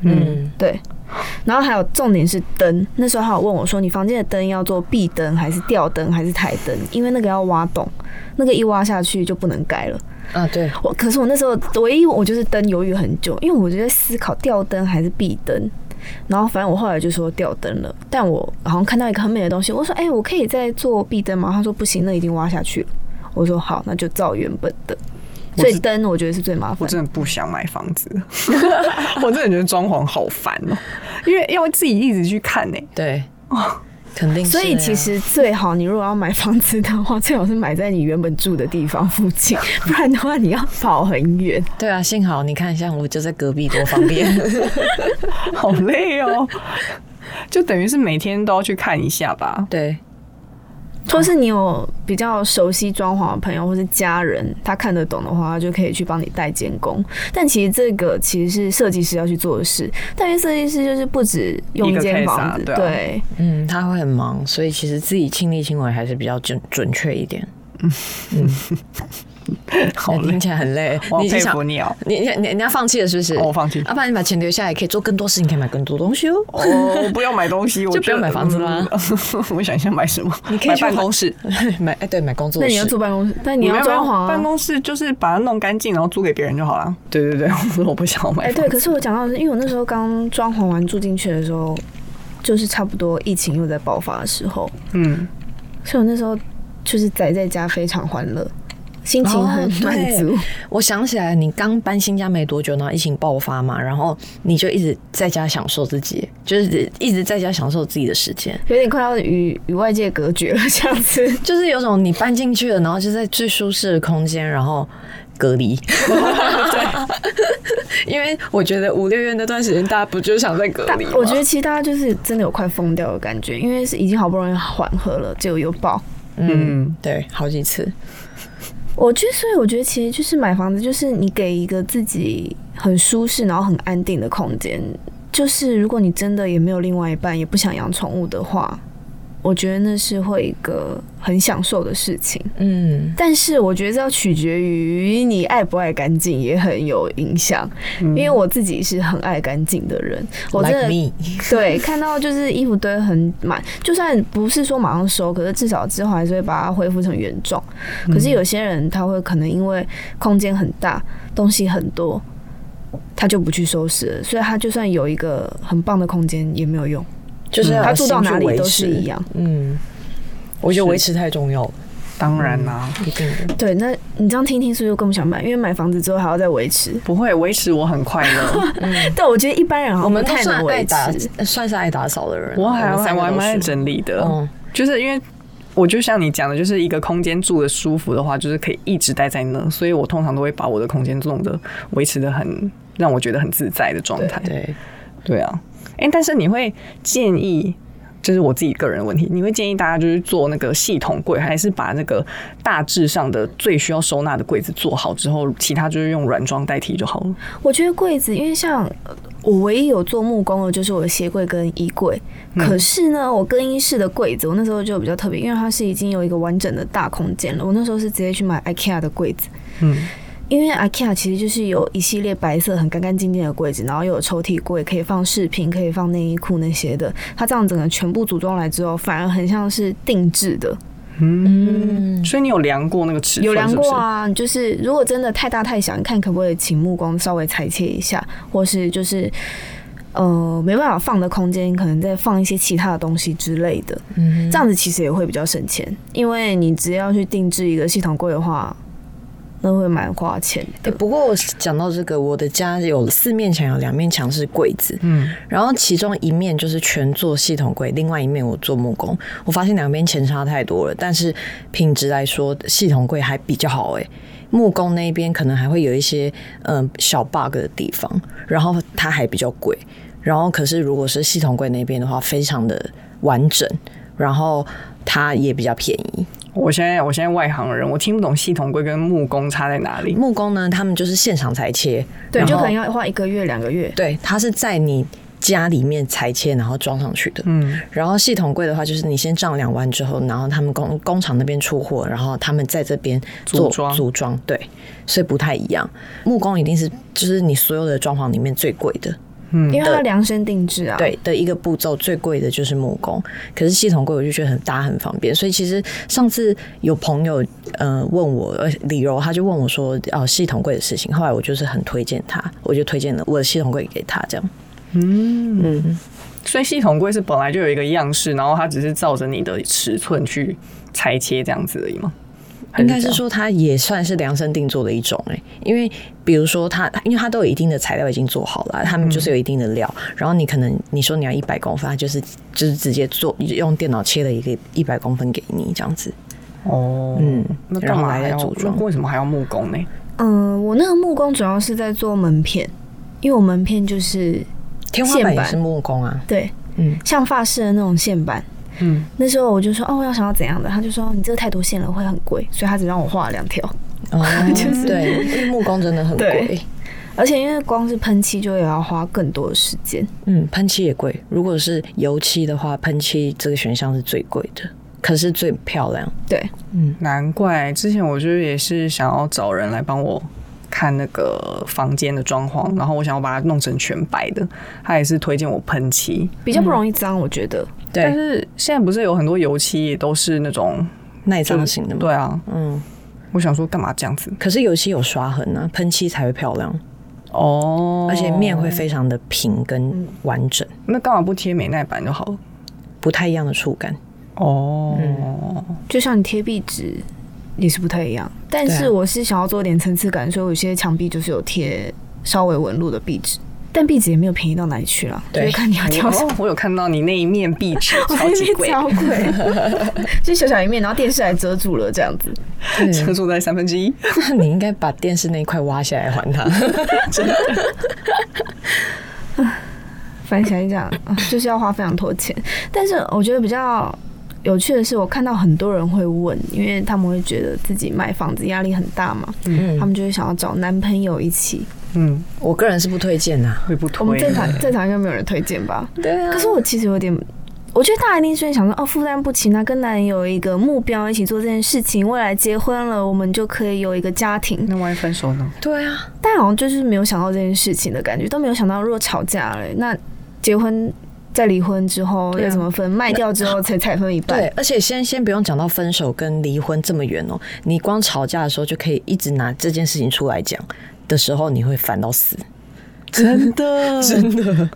Speaker 2: 嗯，
Speaker 4: 对，然后还有重点是灯，那时候还有问我说，你房间的灯要做壁灯还是吊灯还是台灯？因为那个要挖洞，那个一挖下去就不能改了。
Speaker 2: 啊，对，
Speaker 4: 我可是我那时候唯一我就是灯犹豫很久，因为我就在思考吊灯还是壁灯。然后反正我后来就说吊灯了，但我好像看到一个很美的东西，我说哎、我可以再做壁灯吗？他说不行，那已经挖下去了。我说好，那就照原本的。所以灯我觉得是最麻
Speaker 3: 我
Speaker 4: 烦的。
Speaker 3: 真的不想买房子， 我真的觉得装潢好烦哦、因为要自己一直去看呢、
Speaker 2: 对，肯定是
Speaker 4: 哦所
Speaker 2: 啊。
Speaker 4: 以其实最好，你如果要买房子的话，最好是买在你原本住的地方附近， 不然的话你要跑很远。
Speaker 2: 对啊，幸好你看，像我就在隔壁，多方便。
Speaker 3: 好累哦、 就等于是每天都要去看一下吧。
Speaker 2: 对，
Speaker 4: 或是你有比较熟悉装潢的朋友或是家人，他看得懂的话，他就可以去帮你代监工。但其实这个其实是设计师要去做的事，但因为设计师就是不止用一间房
Speaker 3: 一
Speaker 4: 子，
Speaker 3: 个 case 啊对啊
Speaker 4: 对，
Speaker 2: 嗯，他会很忙，所以其实自己亲力亲为还是比较准准确一点。
Speaker 3: 好累
Speaker 2: 听，起来很累。
Speaker 3: 我好
Speaker 2: 已经
Speaker 3: 佩
Speaker 2: 想
Speaker 3: 服你哦、
Speaker 2: 你你你你要放弃了是不是？啊
Speaker 3: 哦我放弃
Speaker 2: 要、不然你把钱留下来，可以做更多事情，可以买更多东西哦。
Speaker 3: 哦，我不要买东 西，我
Speaker 2: 就不要
Speaker 3: 觉得
Speaker 2: 买房子啦。
Speaker 3: 嗯 我想一下买什么？
Speaker 2: 你可以
Speaker 3: 买
Speaker 2: 去
Speaker 3: 办公 室。
Speaker 2: 买哎对，买工作
Speaker 4: 那
Speaker 2: 室。
Speaker 4: 你要住办公室，但你
Speaker 3: 没
Speaker 4: 要
Speaker 3: 有
Speaker 4: 装潢
Speaker 3: 办
Speaker 4: 啊。
Speaker 3: 公室就是把它弄干净，然后租给别人就好了。对对对， 我说我不想要买
Speaker 4: 哎、
Speaker 3: 房子。
Speaker 4: 对，可是我讲到的是，因为我那时候刚装潢完住进去的时候，就是差不多疫情又在爆发的时候，
Speaker 3: 嗯，
Speaker 4: 所以我那时候就是宅在家非常欢乐，心情很
Speaker 2: 哦对
Speaker 4: 满足。
Speaker 2: 我想起来，你刚搬新家没多久，然后疫情爆发嘛，然后你就一直在家享受自己，就是一直在家享受自己的时间。
Speaker 4: 有点快要与与外界隔绝了，这样 子。
Speaker 2: 就是有种你搬进去了，然后就在最舒适的空间，然后隔 离。 对，因为我觉得五六月那段时间，大家不就想在隔
Speaker 4: 大
Speaker 2: 离吗？
Speaker 4: 我觉得其实大家就是真的有快疯掉的感觉，因为是已经好不容易缓和了，结果又爆。
Speaker 2: 嗯，对，好几次。
Speaker 4: 我觉得，所以我觉得其实就是买房子，就是你给一个自己很舒适，然后很安定的空间。就是如果你真的也没有另外一半，也不想养宠物的话，我觉得那是会一个很享受的事情。
Speaker 2: 嗯，
Speaker 4: 但是我觉得这要取决于你爱不爱干净，也很有影响。因为我自己是很爱干净的人，我真
Speaker 2: 嗯 like
Speaker 4: 的
Speaker 2: me，
Speaker 4: 对，看到就是衣服堆很满，就算不是说马上收，可是至少之后还是会把它恢复成原状。可
Speaker 2: 嗯
Speaker 4: 是有些人他会可能因为空间很大，东西很多，他就不去收拾了，所以他就算有一个很棒的空间也没有用，
Speaker 2: 就是要
Speaker 4: 他
Speaker 2: 有
Speaker 4: 住到
Speaker 2: 心去
Speaker 4: 哪里
Speaker 2: 维
Speaker 4: 都
Speaker 2: 持
Speaker 4: 是一。样。
Speaker 2: 嗯，我觉得维持太重要了，
Speaker 3: 当然啦、
Speaker 2: 一定的。
Speaker 4: 对，那你这样听听是不是更不想买？因为买房子之后还要再维持。
Speaker 3: 不会维持我很快乐，
Speaker 4: 但我觉得一般人好
Speaker 2: 我
Speaker 4: 像不
Speaker 2: 们都
Speaker 4: 太
Speaker 2: 算
Speaker 4: 能
Speaker 2: 爱
Speaker 4: 维
Speaker 2: 打
Speaker 4: 持。，
Speaker 2: 算是爱打扫的人。
Speaker 3: 我还
Speaker 2: 们
Speaker 3: 我还
Speaker 2: 三个
Speaker 3: 蛮
Speaker 2: 都
Speaker 3: 爱
Speaker 2: 是
Speaker 3: 整理的，
Speaker 2: 嗯
Speaker 3: 就是因为。我就像你讲的，就是一个空间住的舒服的话，就是可以一直待在那，所以我通常都会把我的空间弄得维持的很让我觉得很自在的状态。
Speaker 2: 对，
Speaker 3: 对啊，哎、但是你会建议，就是我自己个人的问题，你会建议大家就是做那个系统柜，还是把那个大致上的最需要收纳的柜子做好之后，其他就是用软装代替就好了？
Speaker 4: 我觉得柜子，因为像呃我唯一有做木工的，就是我的鞋柜跟衣柜。
Speaker 2: 嗯
Speaker 4: 可是呢，我更衣室的柜子，我那时候就比较特别，因为它是已经有一个完整的大空间了。我那时候是直接去买 IKEA 的柜子，
Speaker 3: 嗯，
Speaker 4: 因为 IKEA 其实就是有一系列白色很干干净净的柜子，然后又有抽屉柜，可以放饰品，可以放内衣裤那些的。它这样整个全部组装来之后，反而很像是定制的。
Speaker 2: 嗯，
Speaker 3: 所以你有量过那个尺寸
Speaker 4: 有量
Speaker 3: 是不
Speaker 4: 过
Speaker 3: 是？
Speaker 4: 啊，就是如果真的太大太小，你看可不可以请木工稍微裁切一下，或是就是呃没办法放的空间，可能再放一些其他的东西之类的，
Speaker 2: 嗯
Speaker 4: 这样子其实也会比较省钱，因为你只要去定制一个系统柜的话，那会蛮花钱
Speaker 2: 欸
Speaker 4: 的。
Speaker 2: 不过我讲到这个，我的家有四面墙，有两面墙是柜子，
Speaker 3: 嗯，
Speaker 2: 然后其中一面就是全做系统柜，另外一面我做木工。我发现两边钱差太多了，但是品质来说，系统柜还比较好诶、欸木工那边可能还会有一些嗯、呃小 bug 的地方，然后它还比较贵。然后可是如果是系统柜那边的话，非常的完整，然后它也比较便宜。
Speaker 3: 我现在我现在外行人，我听不懂系统柜跟木工差在哪里。
Speaker 2: 木工呢，他们就是现场裁切，
Speaker 4: 对，
Speaker 2: 然
Speaker 4: 就
Speaker 2: 后
Speaker 4: 可能要花一个月两个月。
Speaker 2: 对，它是在你家里面裁切然后装上去的。嗯，然后系统柜的话，就是你先丈量完之后，然后他们工工厂那边出货，然后他们在这边做
Speaker 3: 组装
Speaker 2: 组装，对，所以不太一样。木工一定是就是你所有的装潢里面最贵的，
Speaker 4: 因为它量身定制啊，，
Speaker 2: 嗯对的一个步骤，最贵的就是木工。可是系统柜我就觉得很搭很方便，所以其实上次有朋友呃问我，呃李柔他就问我说，哦系统柜的事情，后来我就是很推荐他，我就推荐了我的系统柜给他这样。
Speaker 3: 所以系统柜是本来就有一个样式，然后它只是照着你的尺寸去裁切这样子而已吗？还
Speaker 2: 应该
Speaker 3: 这
Speaker 2: 是
Speaker 3: 样
Speaker 2: 说它也算是量身定做的一种哎、欸因为比如说它，因为它都有一定的材料已经做好了，他们就是有一定的料，然后你可能你说你要一百公分，它就是就是直接做用电脑切了一个一百公分给你这样子，
Speaker 3: 哦，
Speaker 2: 嗯
Speaker 3: 那干
Speaker 2: 然后
Speaker 3: 嘛
Speaker 2: 来
Speaker 3: 还要
Speaker 2: 组装
Speaker 3: 那为什么还要木工呢？
Speaker 4: 嗯、我那个木工主要是在做门片，因为我门片就是
Speaker 2: 天花板
Speaker 4: 线
Speaker 2: 也
Speaker 4: 板
Speaker 2: 是木工啊，
Speaker 4: 对，
Speaker 2: 嗯
Speaker 4: 嗯，像发饰的那种线板，
Speaker 3: 嗯
Speaker 4: 嗯，那时候我就说哦，我要想要怎样的，他就说你这个太多线了，会很贵，所以他只让我画了两条，
Speaker 2: 哦， 对，因为木工真的很贵
Speaker 4: 对，而且因为光是喷漆就也要花更多的时间，
Speaker 2: 嗯，喷漆也贵，如果是油漆的话，喷漆这个选项是最贵的，可是最漂亮，
Speaker 4: 对，
Speaker 3: 难怪之前我就是也是想要找人来帮我看那个房间的装潢，然后我想要把它弄成全白的，他也是推荐我喷漆，
Speaker 4: 比较不容易脏，我觉得。
Speaker 3: 但
Speaker 2: 对，
Speaker 3: 是现在不是有很多油漆也都是那种
Speaker 2: 耐
Speaker 3: 就
Speaker 2: 脏
Speaker 3: 是
Speaker 2: 型的嘛，
Speaker 3: 对啊，
Speaker 2: 嗯，
Speaker 3: 我想说干嘛这样子
Speaker 2: 可是油漆有刷痕啊，喷漆才会漂亮。
Speaker 3: 哦，
Speaker 2: 而且面会非常的平跟完整，
Speaker 3: 那干嘛不贴美耐板就好了？
Speaker 2: 不太一样的触感。
Speaker 3: 哦，
Speaker 2: 嗯
Speaker 4: 就像你贴壁纸也是不太一样，但
Speaker 2: 对
Speaker 4: 是
Speaker 2: 啊
Speaker 4: 我是想要做点层次感，所以我有些墙壁就是有贴稍微纹路的壁纸，但壁纸也没有便宜到哪里去啦，就
Speaker 2: 对
Speaker 4: 是看你要挑什么。
Speaker 3: 哦我我有看到你那一面壁纸
Speaker 4: 我
Speaker 3: 哎哦超
Speaker 4: 那
Speaker 3: 级
Speaker 4: 边
Speaker 3: 贵，
Speaker 4: 超贵， 就小小一面，然后电视还遮住了这样子。
Speaker 3: 遮住在三分之一。
Speaker 2: 那你应该把电视那一块挖下来还他。
Speaker 4: 反正想一想，啊 就是要花非常多钱。但是我觉得比较有趣的是，我看到很多人会问，因为他们会觉得自己买房子压力很大嘛，他
Speaker 2: 嗯，
Speaker 4: 们就会想要找男朋友一起。
Speaker 3: 嗯，
Speaker 2: 我个人是不推荐呐、
Speaker 3: 会不
Speaker 4: 我们
Speaker 3: 推
Speaker 4: 正常正常应该没有人推荐吧？
Speaker 2: 对啊
Speaker 4: 可是我其实有点我觉得大家一定是会想说，哦，负担不起，那跟男人有一个目标，一起做这件事情，未来结婚了，我们就可以有一个家庭。
Speaker 3: 那万一分手呢？
Speaker 2: 对啊，
Speaker 4: 但好像就是没有想到这件事情的感觉，都没有想到，如果吵架了，那结婚再离婚之后
Speaker 2: 对啊
Speaker 4: 要怎么分？卖掉之后才才分一
Speaker 2: 对
Speaker 4: 半。，
Speaker 2: 而且先先不用讲到分手跟离婚这么远哦，你光吵架的时候就可以一直拿这件事情出来讲的时候，你会烦到死。
Speaker 3: 真 的真的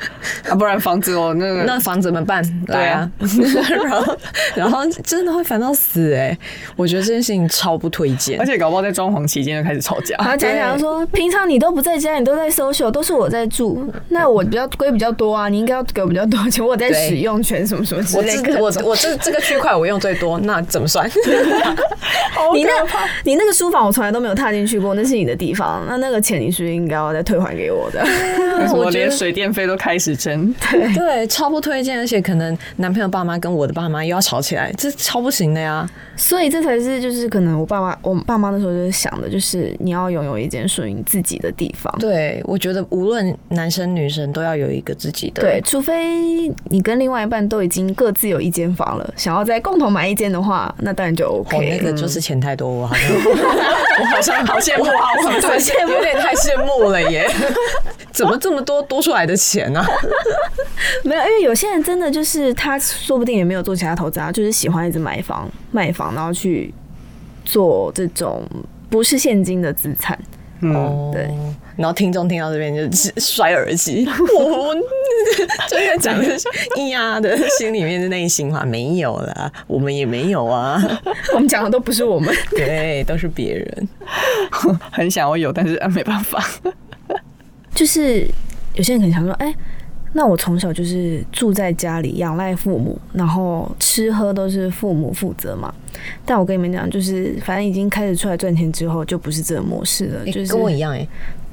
Speaker 3: 啊，不然房子哦，那个
Speaker 2: 那房子怎么办？来啊， 然后然后真的会烦到死哎、我觉得这件事情超不推荐
Speaker 3: 而。且搞不好在装潢期间就开始吵架。
Speaker 4: 然后讲一讲说，平常你都不在家，你都在 social，都是我在住，那我比较归比较多啊，你应该要给我比较多钱，我有在
Speaker 2: 对
Speaker 4: 使用权什么什么之
Speaker 2: 我
Speaker 4: 类
Speaker 2: 这
Speaker 4: 的。
Speaker 2: 我我这这个区块我用最多，那怎么算？
Speaker 4: 你那你那个书房我从来都没有踏进去过，那是你的地方，那那个钱你是不是应该要再退还给我的？
Speaker 3: 为什么
Speaker 2: 我觉得
Speaker 3: 连水电费都开始争？
Speaker 2: 对，超不推荐，而且可能男朋友爸妈跟我的爸妈又要吵起来，这超不行的呀。
Speaker 4: 所以这才是就是可能我爸妈我爸妈那时候就是想的，就是你要拥有一间属于你自己的地方。
Speaker 2: 对，我觉得无论男生女生都要有一个自己的。哦
Speaker 4: 对，除非你跟另外一半都已经各自有一间房了，想要再共同买一间的话，那当然就
Speaker 2: 哦，那
Speaker 4: OK。
Speaker 2: 个就是钱太多，我好像我好像好羡慕啊，我好像羡慕，有点太羡慕了耶！ 怎么这么多多出来的钱呢、啊？
Speaker 4: 没有，因为有些人真的就是他说不定也没有做其他投资啊，就是喜欢一直买房卖房，然后去做这种不是现金的资产。
Speaker 3: 嗯，
Speaker 2: 哦，
Speaker 4: 对。
Speaker 2: 然后听众听到这边就是摔耳 机，我就在讲的是 咿呀的心里面的内心话，没有啦，我们也没有啊，
Speaker 4: 我们讲的都不是我们。
Speaker 2: 对，都是别人。
Speaker 3: 很想要有，但是啊没办 法。
Speaker 4: 就是有些人可能想说，哎、那我从小就是住在家里，仰赖父母，然后吃喝都是父母负责嘛。但我跟你们讲，就是反正已经开始出来赚钱之后，就不是这个模式了。就是
Speaker 2: 跟我一样哎、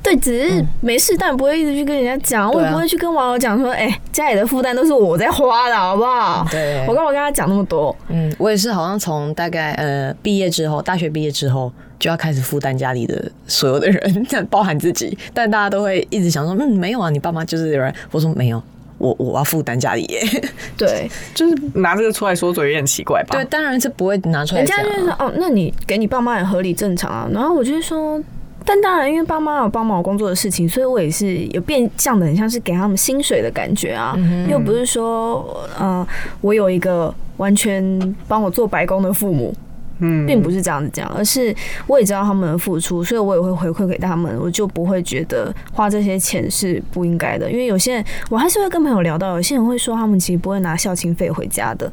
Speaker 4: 对，只是没事，但不会一直去跟人家讲，我
Speaker 2: 对
Speaker 4: 也
Speaker 2: 啊
Speaker 4: 不会去跟网友讲说，哎、家里的负担都是我在花的，好不好？
Speaker 2: 对
Speaker 4: 我干嘛跟他讲那么多？
Speaker 2: 嗯，我也是，好像从大概呃毕业之后，大学毕业之后就要开始负担家里的所有的人，包含自己。但大家都会一直想说，嗯，没有啊，你爸妈就是有人。我说没有，啊我我要负担家里耶。
Speaker 4: 对，
Speaker 3: 就是拿这个出来说嘴有点奇怪 吧？
Speaker 2: 对，，当然是不会拿出来
Speaker 4: 人家
Speaker 2: 讲、
Speaker 4: 就是说
Speaker 2: 啊。
Speaker 4: 哦，那你给你爸妈也合理正常啊。然后我就会说，但当然，因为爸妈有帮忙我工作的事情，所以我也是有变相的，很像是给他们薪水的感觉啊。
Speaker 2: 嗯
Speaker 4: 又不是说，呃，我有一个完全帮我做白工的父母，
Speaker 3: 嗯，
Speaker 4: 并不是这样子讲，而是我也知道他们的付出，所以我也会回馈给他们，我就不会觉得花这些钱是不应该的。因为有些人，我还是会跟朋友聊到，有些人会说他们其实不会拿孝亲费回家的，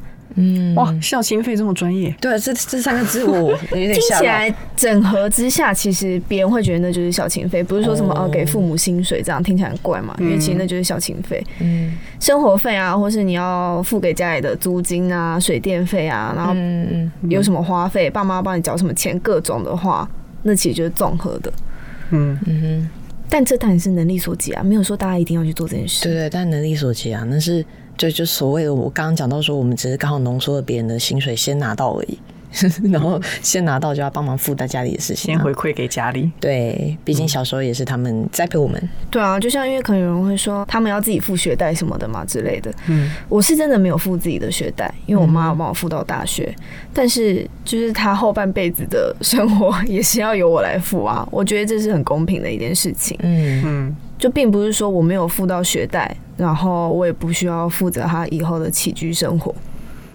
Speaker 3: 哇，孝心费这么专业，
Speaker 2: 对，这这三个字我有点
Speaker 4: 听
Speaker 2: 吓
Speaker 4: 起
Speaker 2: 到。
Speaker 4: 来整合之下，其实别人会觉得那就是孝情费，不是说什么
Speaker 2: 哦
Speaker 4: 哦给父母薪水这样听起来很怪嘛，因为其实那就是孝情费，
Speaker 2: 嗯
Speaker 4: 生活费啊，或是你要付给家里的租金啊、水电费啊，然后
Speaker 2: 嗯嗯，
Speaker 4: 有什么花费，爸妈帮你缴什么钱，各种的话，那其实就是综合的。
Speaker 3: 嗯，
Speaker 4: 但这当然是能力所及啊，没有说大家一定要去做这件事。
Speaker 2: 对对，但能力所及啊，那是就就所谓的我刚刚讲到说，我们只是刚好浓缩了别人的薪水先拿到而已， 然后先拿到就要帮忙负担家里的事情、
Speaker 3: 先
Speaker 2: 啊。
Speaker 3: 回嗯馈给家里。
Speaker 2: 对，毕竟小时候也是他们栽培我们。
Speaker 4: 对啊，就像因为可能有人会说他们要自己付学贷什么的嘛之类的。
Speaker 3: 嗯，
Speaker 4: 我是真的没有付自己的学贷，因为我妈有帮我付到大学，但是就是她后半辈子的生活也是要由我来付啊。我觉得这是很公平的一件事情，
Speaker 2: 嗯，
Speaker 3: 嗯，
Speaker 4: 就并不是说我没有付到学贷，然后我也不需要负责她以后的起居生活。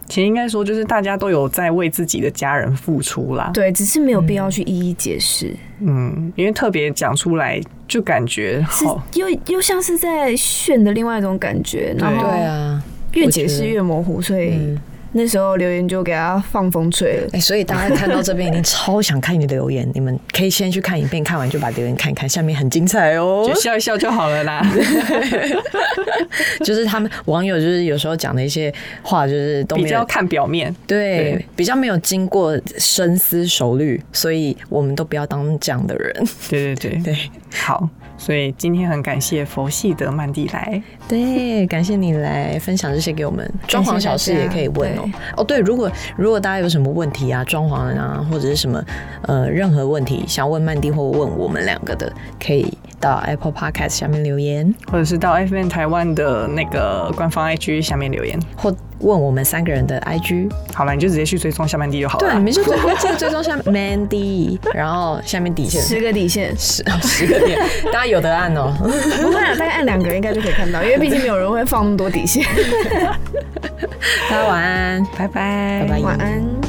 Speaker 3: 其实应该说就是大家都有在为自己的家人付出啦。
Speaker 4: 对，只是没有必要去一一解释。
Speaker 3: 嗯，因为特别讲出来就感觉哦
Speaker 4: 是
Speaker 3: 好。
Speaker 4: 又又像是在炫的另外一种感觉，然
Speaker 3: 对
Speaker 4: 后
Speaker 2: 对啊，
Speaker 4: 越
Speaker 2: 我
Speaker 4: 解
Speaker 2: 觉
Speaker 4: 释
Speaker 2: 得
Speaker 4: 越模糊，所以
Speaker 2: 嗯
Speaker 4: 那时候留言就给他放风吹了
Speaker 2: 哎、。所以大家看到这边一定超想看你的留言，你 们可以先去看一遍，看完就把留言看一看，下面很精彩哦
Speaker 3: 就。笑一笑就好了 啦。
Speaker 2: 就是他们网友就是有时候讲的一些话，就是都
Speaker 3: 比
Speaker 2: 没
Speaker 3: 较
Speaker 2: 有。
Speaker 3: 看表面，
Speaker 2: 对
Speaker 3: 对，
Speaker 2: 比较没有经过深思熟虑，所以我们都不要当这样的人。
Speaker 3: 对对对，
Speaker 2: 对
Speaker 3: 好。所以今天很感谢佛系的曼蒂来，
Speaker 2: 对，感谢你来分享这些给我们。装潢小事也可以问哦、
Speaker 4: 对
Speaker 2: 哦，对，如果如果大家有什么问题啊，装潢啊，或者是什么呃任何问题想要问曼蒂或问我们两个的，可以到 Apple Podcast 下面留言，
Speaker 3: 或者是到 FN 台湾的那个官方 IG 下面留言。
Speaker 2: 或问我们三个人的 IG。
Speaker 3: 好了，你就直接去追踪下半地就好了。
Speaker 2: 对，你们就追记得追踪下 Mandy，然后下面底线
Speaker 4: 十个底线，
Speaker 2: 十哦十个点，大家有的按哦。
Speaker 4: 不会啊，大概按两个应该就可以看到，因为毕竟没有人会放那么多底线。
Speaker 2: 大家晚安，
Speaker 3: 拜拜，
Speaker 2: 拜拜
Speaker 4: 晚安。